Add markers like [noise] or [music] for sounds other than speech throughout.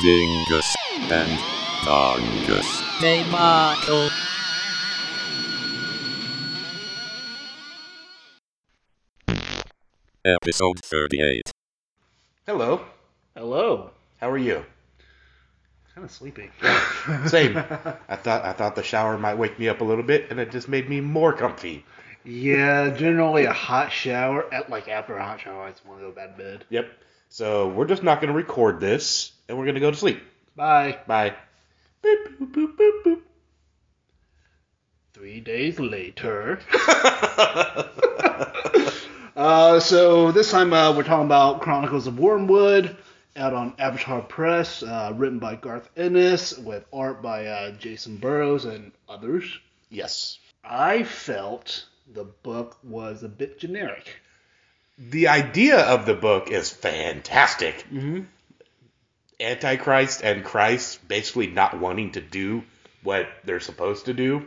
Dingus and Dongus. Tomato. Episode 38. Hello. Hello. How are you? Kind of sleepy. Same. I thought I thought the shower might wake me up a little bit, and it just made me more comfy. yeah, generally a hot shower. At like after a hot shower, I just want to go to bed. bed. Yep. So we're just not going to record this, and we're going to go to sleep. Bye. Bye. Boop, boop, boop, boop, Three days later. boop. Uh, so this time uh, we're talking about Chronicles of Wormwood, out on Avatar Press, uh, written by Garth Ennis with art by uh, Jason Burrows and others. yes. I felt the book was a bit generic. The idea of the book is fantastic. Mm-hmm. Antichrist and Christ basically not wanting to do what they're supposed to do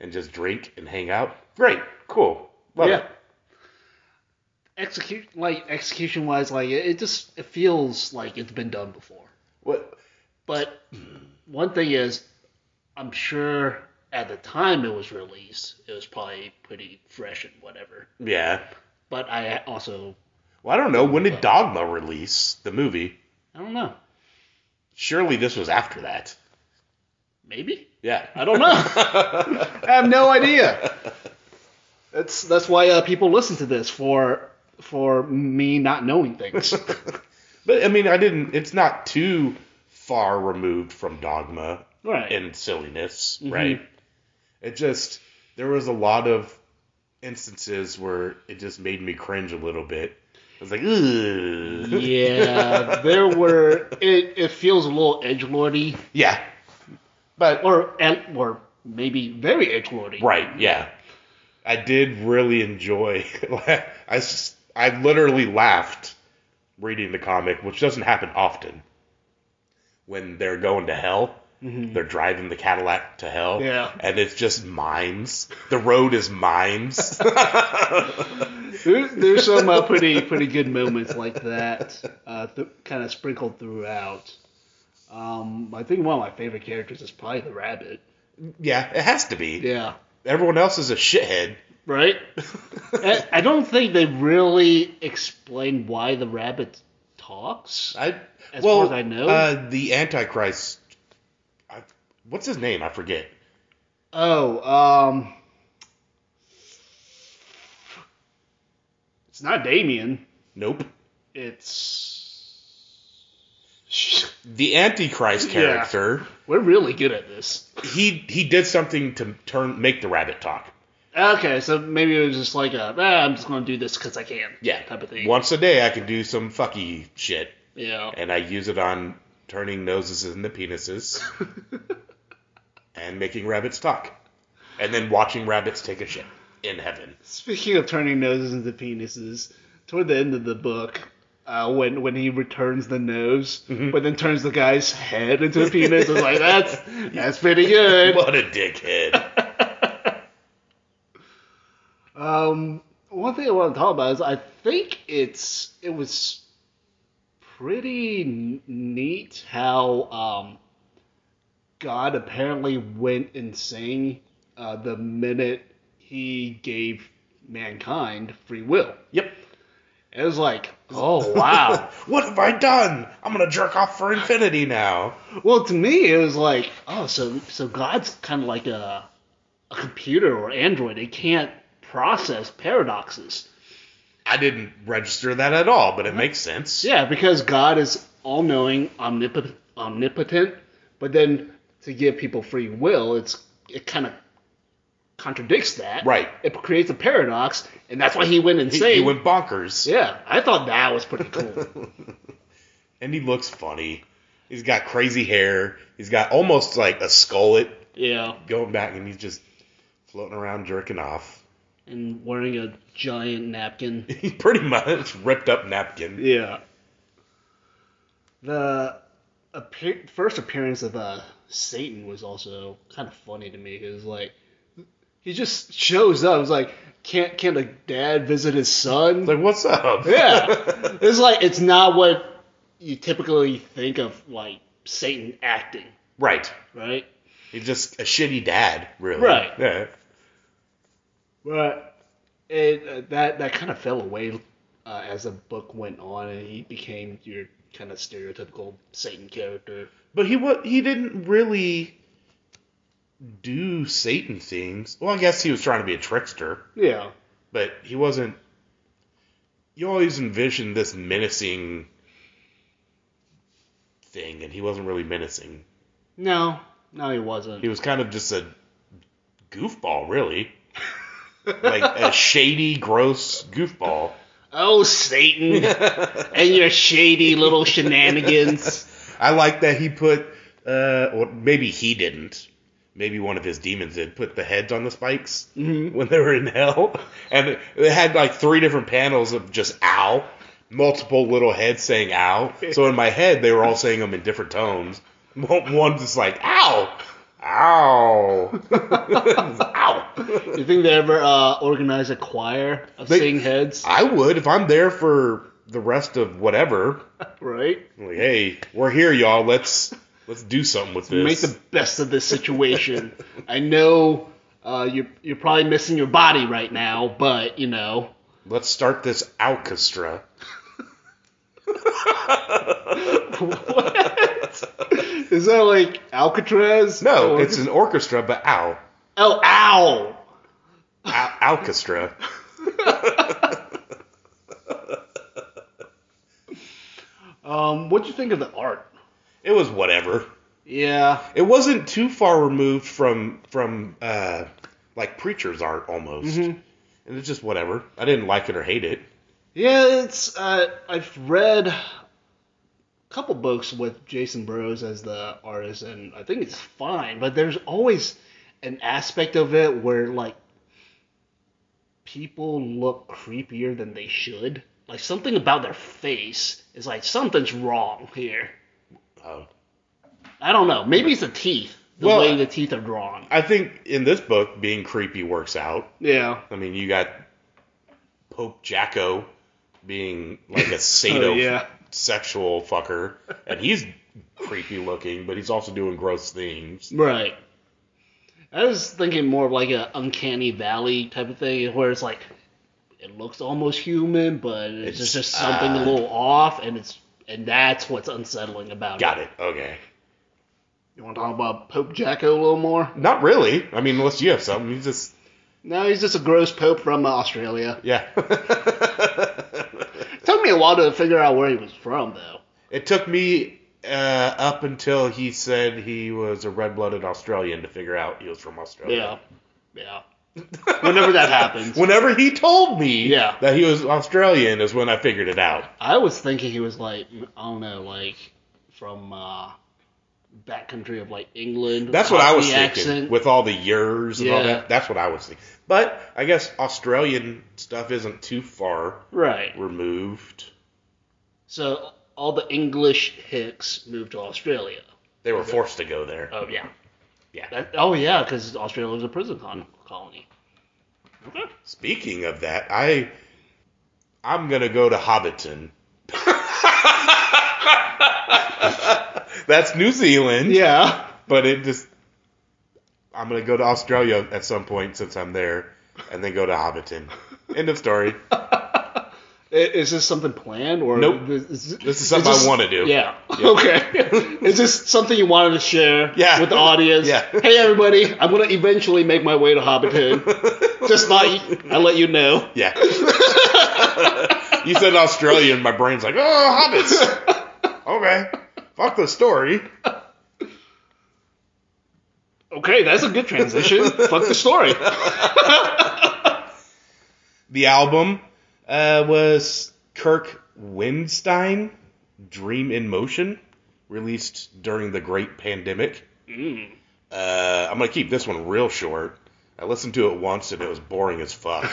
and just drink and hang out. Great. Cool. Love yeah. it. Execute like execution wise, like it, it just it feels like it's been done before. What? But one thing is, I'm sure at the time it was released, it was probably pretty fresh and whatever. Yeah. But I also Well, I don't know. When did Dogma release the movie? I don't know. Surely this was after that. Maybe Yeah. I don't know. I have no idea. That's that's why uh, people listen to this for for me not knowing things. but I mean, I didn't. It's not too far removed from Dogma right. and silliness, Mhm. right? It just there was a lot of instances where it just made me cringe a little bit. I was like, Ugh. yeah, there were. It, it feels a little edge lordy, [laughs] yeah, but or and- or maybe very edge lordy. right, yeah. I did really enjoy. [laughs] I s- I literally laughed reading the comic, which doesn't happen often. When they're going to hell, they're driving the Cadillac to hell, Mm-hmm. Yeah. and it's just mines. The road is [laughs] mines. There, there's some uh, pretty pretty good moments like that, uh, th- kind of sprinkled throughout. Um, I think one of my favorite characters is probably the rabbit. Yeah, it has to be. Yeah. Everyone else is a shithead. Right. I, I don't think they really explain why the rabbit talks. [laughs] I As well, far as I know. uh, the Antichrist. I, what's his name? I forget. Oh, um, it's not Damien. Nope. It's [laughs] The Antichrist Yeah. character. we're really good at this. He he did something to turn make the rabbit talk. Okay, so maybe it was just like a, ah, I'm just gonna do this because I can. Yeah. type of thing. Once a day, I can do some fucky shit, Yeah. and I use it on turning noses into [laughs] penises and making rabbits talk, and then watching rabbits take a shit in heaven. Speaking of turning noses into penises, toward the end of the book, uh, when when he returns the nose, but then turns the guy's head into a penis, it's like that's that's pretty good. What a dickhead. [laughs] Um, one thing I want to talk about is I think it's it was pretty n- neat how um, God apparently went insane uh, the minute he gave mankind free will. [laughs] Yep. It was like, [laughs] oh wow. What have I done? I'm gonna jerk off for infinity now. well, to me, it was like, oh, so so God's kind of like a a computer or android. It can't process paradoxes. I didn't register that at all, but it makes sense. Uh-huh. Yeah, because God is all knowing, omnipotent, omnipotent. But then to give people free will, it's it kind of contradicts that. Right. It creates a paradox, and that's why he went He, insane. he went bonkers. yeah, I thought that was pretty cool. [laughs] And he looks funny. He's got crazy hair. He's got almost like a skullet yeah, going back, and he's just floating around jerking off. [laughs] and wearing a giant napkin. He's pretty much ripped up napkin. Yeah. The appear- first appearance of uh, Satan was also kind of funny to me. It was like he just shows up. It's like can't can't a dad visit his son? Like, what's up? [laughs] [laughs] yeah, it's like it's not what you typically think of like Satan acting, Right. right? He's just a shitty dad, really. Right. Yeah. But it, uh, that that kind of fell away uh, as the book went on, and he became your kind of stereotypical Satan character. But he wa- he didn't really do Satan things. Well, I guess he was trying to be a trickster, Yeah, but he wasn't. You always envisioned this menacing thing, and he wasn't really menacing. no, no, he wasn't. He was kind of just a goofball, really, like a shady, gross goofball. oh, [laughs] Satan and your shady little [laughs] shenanigans. I like that he put, uh, or maybe he didn't. Maybe one of his demons did put the heads on the spikes Mm-hmm. when they were in hell, and they had like three different panels of just "ow," multiple little heads saying "ow." So in my head, they were all saying them in different tones. One one just like "ow, ow, [laughs] ow." You think they ever uh, organize a choir of They- singing heads? I would if I'm there for the rest of whatever. right? Like, hey, we're here, y'all. Let's let's do something with this. Make the best of this situation. [laughs] I know uh, you're you're probably missing your body right now, but you know. Let's start this orchestra. Is that like Alcatraz? No, Or- it's an orchestra, but ow, oh ow. ow orchestra. Um, what'd you think of the art? It was whatever. Yeah, It wasn't too far removed from from uh, like preacher's art almost, Mm-hmm. and it's just whatever. I didn't like it or hate it. yeah. It's uh, I've read a couple books with Jason Burrows as the artist, and I think it's fine. But there's always an aspect of it where like people look creepier than they should. Like something about their face is like something's wrong here. Oh. I don't know. Maybe it's the teeth. The Well, way the teeth are drawn. I think in this book, being creepy works out. Yeah. I mean, you got Pope Jacko being like a sado [laughs] Oh, yeah. sexual fucker, and he's creepy looking, but he's also doing gross things. Right. I was thinking more of like a uncanny valley type of thing, where it's like it looks almost human, but it's, It's, just, just something a uh, little off, and it's and that's what's unsettling about Got it. Okay. You want to talk about Pope Jacko a little more? Not really. I mean, unless you have something, you just No, he's just a gross pope from uh, Australia. yeah. It took me a while to figure out where he was from, though. [laughs] it took me uh, up until he said he was a red-blooded Australian to figure out he was from Australia. Yeah, yeah. Whenever that [laughs] happens, Whenever he told me Yeah. that he was Australian is when I figured it out. I was thinking he was like I don't know, like from uh, backcountry of like England. That's what I was Cockney thinking accent. with all the years and all Yeah. that. That's what I was thinking. But I guess Australian stuff isn't too far Right. removed. So all the English hicks moved to Australia. They were forced to go there. Oh yeah. Yeah. That, oh yeah, because Australia was a prison con- colony. Okay. Speaking of that, I I'm gonna go to Hobbiton. [laughs] That's New Zealand. Yeah. But it just I'm gonna go to Australia at some point since I'm there, and then go to Hobbiton. End of story. [laughs] Is this something planned or Nope. Is, is- This is something this- I want to do. Yeah. Yeah. Okay. [laughs] is this something you wanted to share Yeah. with the audience? Yeah. Hey everybody, I'm gonna eventually make my way [laughs] to Hobbiton. Just not. I let you know. Yeah. [laughs] you said Australia, and my brain's like, oh, [laughs] hobbits. okay. Fuck the story. Okay, that's a good transition. Fuck the story. The album uh, was Kirk Windstein, Dream in Motion, released during the great pandemic. Mm. Uh, I'm going to keep this one real short. I listened to it once and it was boring as [laughs] fuck.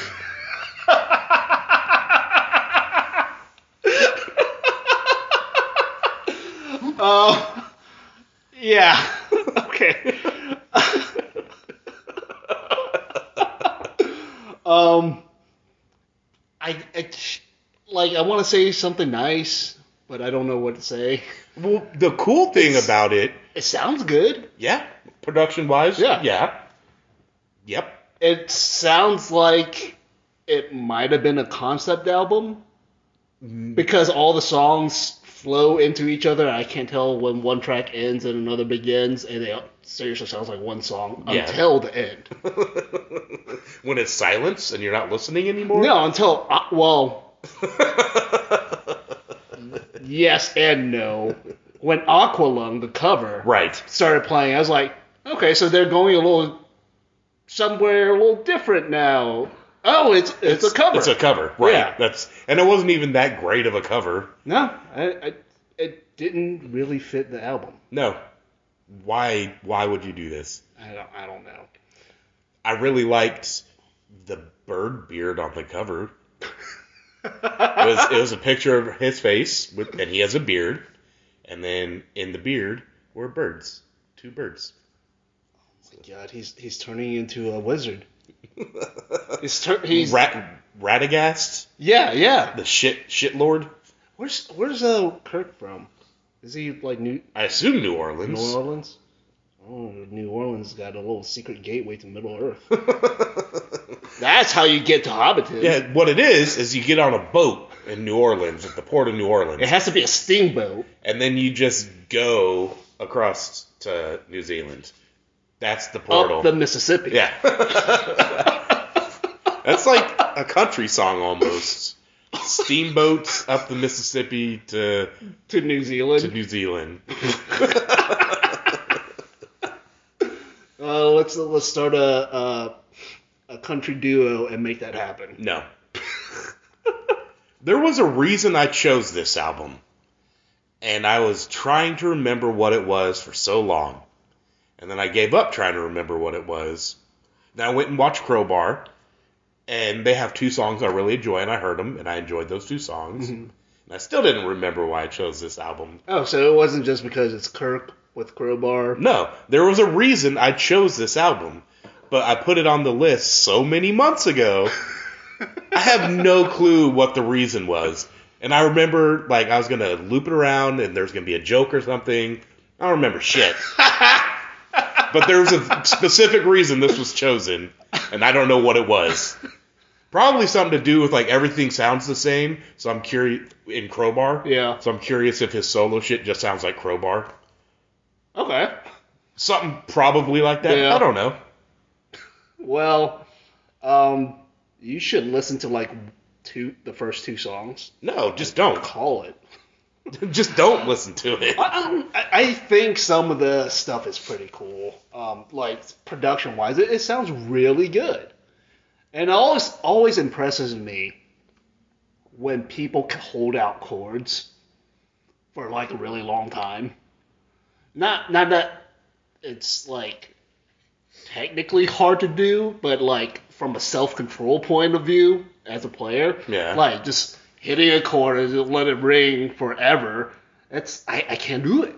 [laughs] Oh, Yeah. [laughs] okay. [laughs] um, I, I like I want to say something nice, but I don't know what to say. Well, the cool thing It's- about it, It sounds good. yeah, production wise, Yeah. yeah, yep. [laughs] It sounds like it might have been a concept album Mm-hmm. because all the songs flow into each other. I can't tell when one track ends and another begins, and it seriously sounds like one song Yeah. until the [laughs] end. when it's silence and you're not listening anymore. No, until uh, [laughs] well, yes and no. When Aqualung, the cover, right. started playing, I was like, okay, so they're going a little somewhere a little different now. Oh, it's it's, a cover. It's a cover. Right. Yeah. That's and it wasn't even that great of a cover. no, I, I, it didn't really fit the album. No. Why why would you do this? I don't I don't [laughs] know. I really liked the bird beard on the cover. it, was, it was a picture of his face, with, and he has a beard, and then in the beard were birds, two birds. God, he's he's turning into a [laughs] wizard. he's tur- he's Rat, Radagast, yeah yeah. the shit shit lord. Where's where's uh, Kirk from? Is he like New I assume New Orleans. New [laughs] Orleans? Oh, New Orleans got a little secret gateway to Middle Earth. [laughs] That's how you get to Hobbiton. yeah, what it is is you get on a boat in New Orleans at the port of New Orleans, It has to be a steamboat. and then you just go across to New Zealand. That's Oh, the portal. Up the Mississippi. Yeah. [laughs] That's like a country song almost. Steamboats up the Mississippi to To New Zealand. to New Zealand. Uh, let's let's start a, a a country duo and make that happen. No. There was a reason I chose this album. And I was trying to remember what it was for so long. And then I gave up trying to remember what it was. Then I went and watched Crowbar. And they have two songs I really enjoy, and I heard them, and I enjoyed those two songs. And I still didn't remember why I chose this album. Oh, so it wasn't just because it's Kirk with Crowbar. No, there was a reason I chose this album, but I put it on the list so many months ago. I have no clue what the reason was. And I remember, like, I was going to loop it around and there's going to be a joke or something. I don't remember shit. but there was a specific reason this was chosen, and I don't know what it was. Probably something to do with, like, everything sounds the same. So I'm curious, in Crowbar. Yeah. So I'm curious if his solo shit just sounds like Crowbar Okay. something probably like that. Yeah. I don't know. Well, um, you should listen to like two the first two songs. No, just don't. [laughs] Call it. just don't listen to it. I, don't- Um, I, I think some of the stuff is pretty cool. Um, like production wise, it, it sounds really good. And it always always impresses me when people can hold out chords for like a really long time. Not not that it's like technically hard to do, but like from a self control point of view as a player, Yeah. like just hitting a chord and just let it ring forever. That's I, I can't do it.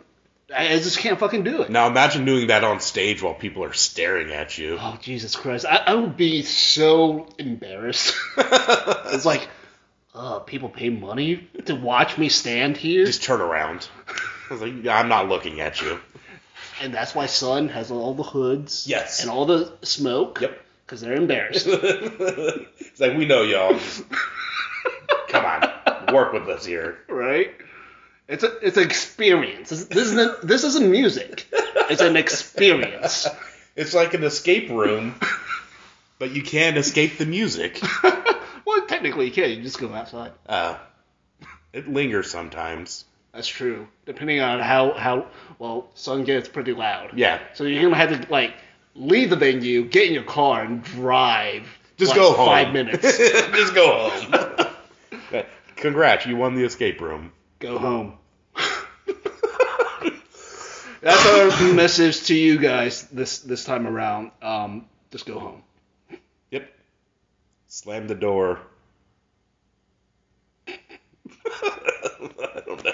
I, I just can't fucking do it. Now imagine doing that on stage while people are staring at [laughs] you. Oh Jesus Christ! I, I would be so embarrassed. [laughs] it's like, uh, people pay money to watch me stand here, Just turn around. I was like, I'm not looking at you. and that's why Sun has all the hoods, Yes. and all the smoke, Yep. because they're embarrassed. [laughs] it's like we know y'all. Just- Come on, work with us here. [laughs] right? It's a it's an experience. This, this isn't this isn't music. It's an experience. It's like an escape room, but you can't escape the [laughs] music. [laughs] well, technically, you can. You just go outside. Uh, it lingers sometimes. That's true. Depending on how how well sun gets pretty loud. Yeah. So you're gonna have to like leave the venue, get in your car, and drive. Just like, go home. Five [laughs] minutes. Just go [laughs] home. Congrats, you won the escape room. go home. [laughs] That's our message to you guys this this time around. Um, just go home. Yep. Slam the [laughs] door. I don't know.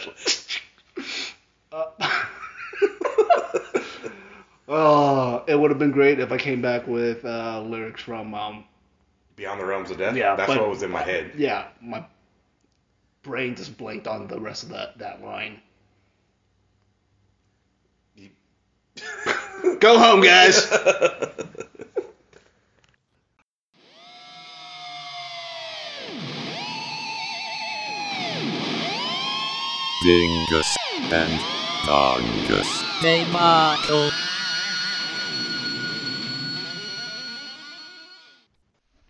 Oh, it would have been great if I came back with uh, lyrics from um, Beyond the realms of death. Yeah, that's but- what was in my head. yeah my brain just blanked on the rest of that, that line. Go home, guys. [laughs] Dingus and Dongus. They mockle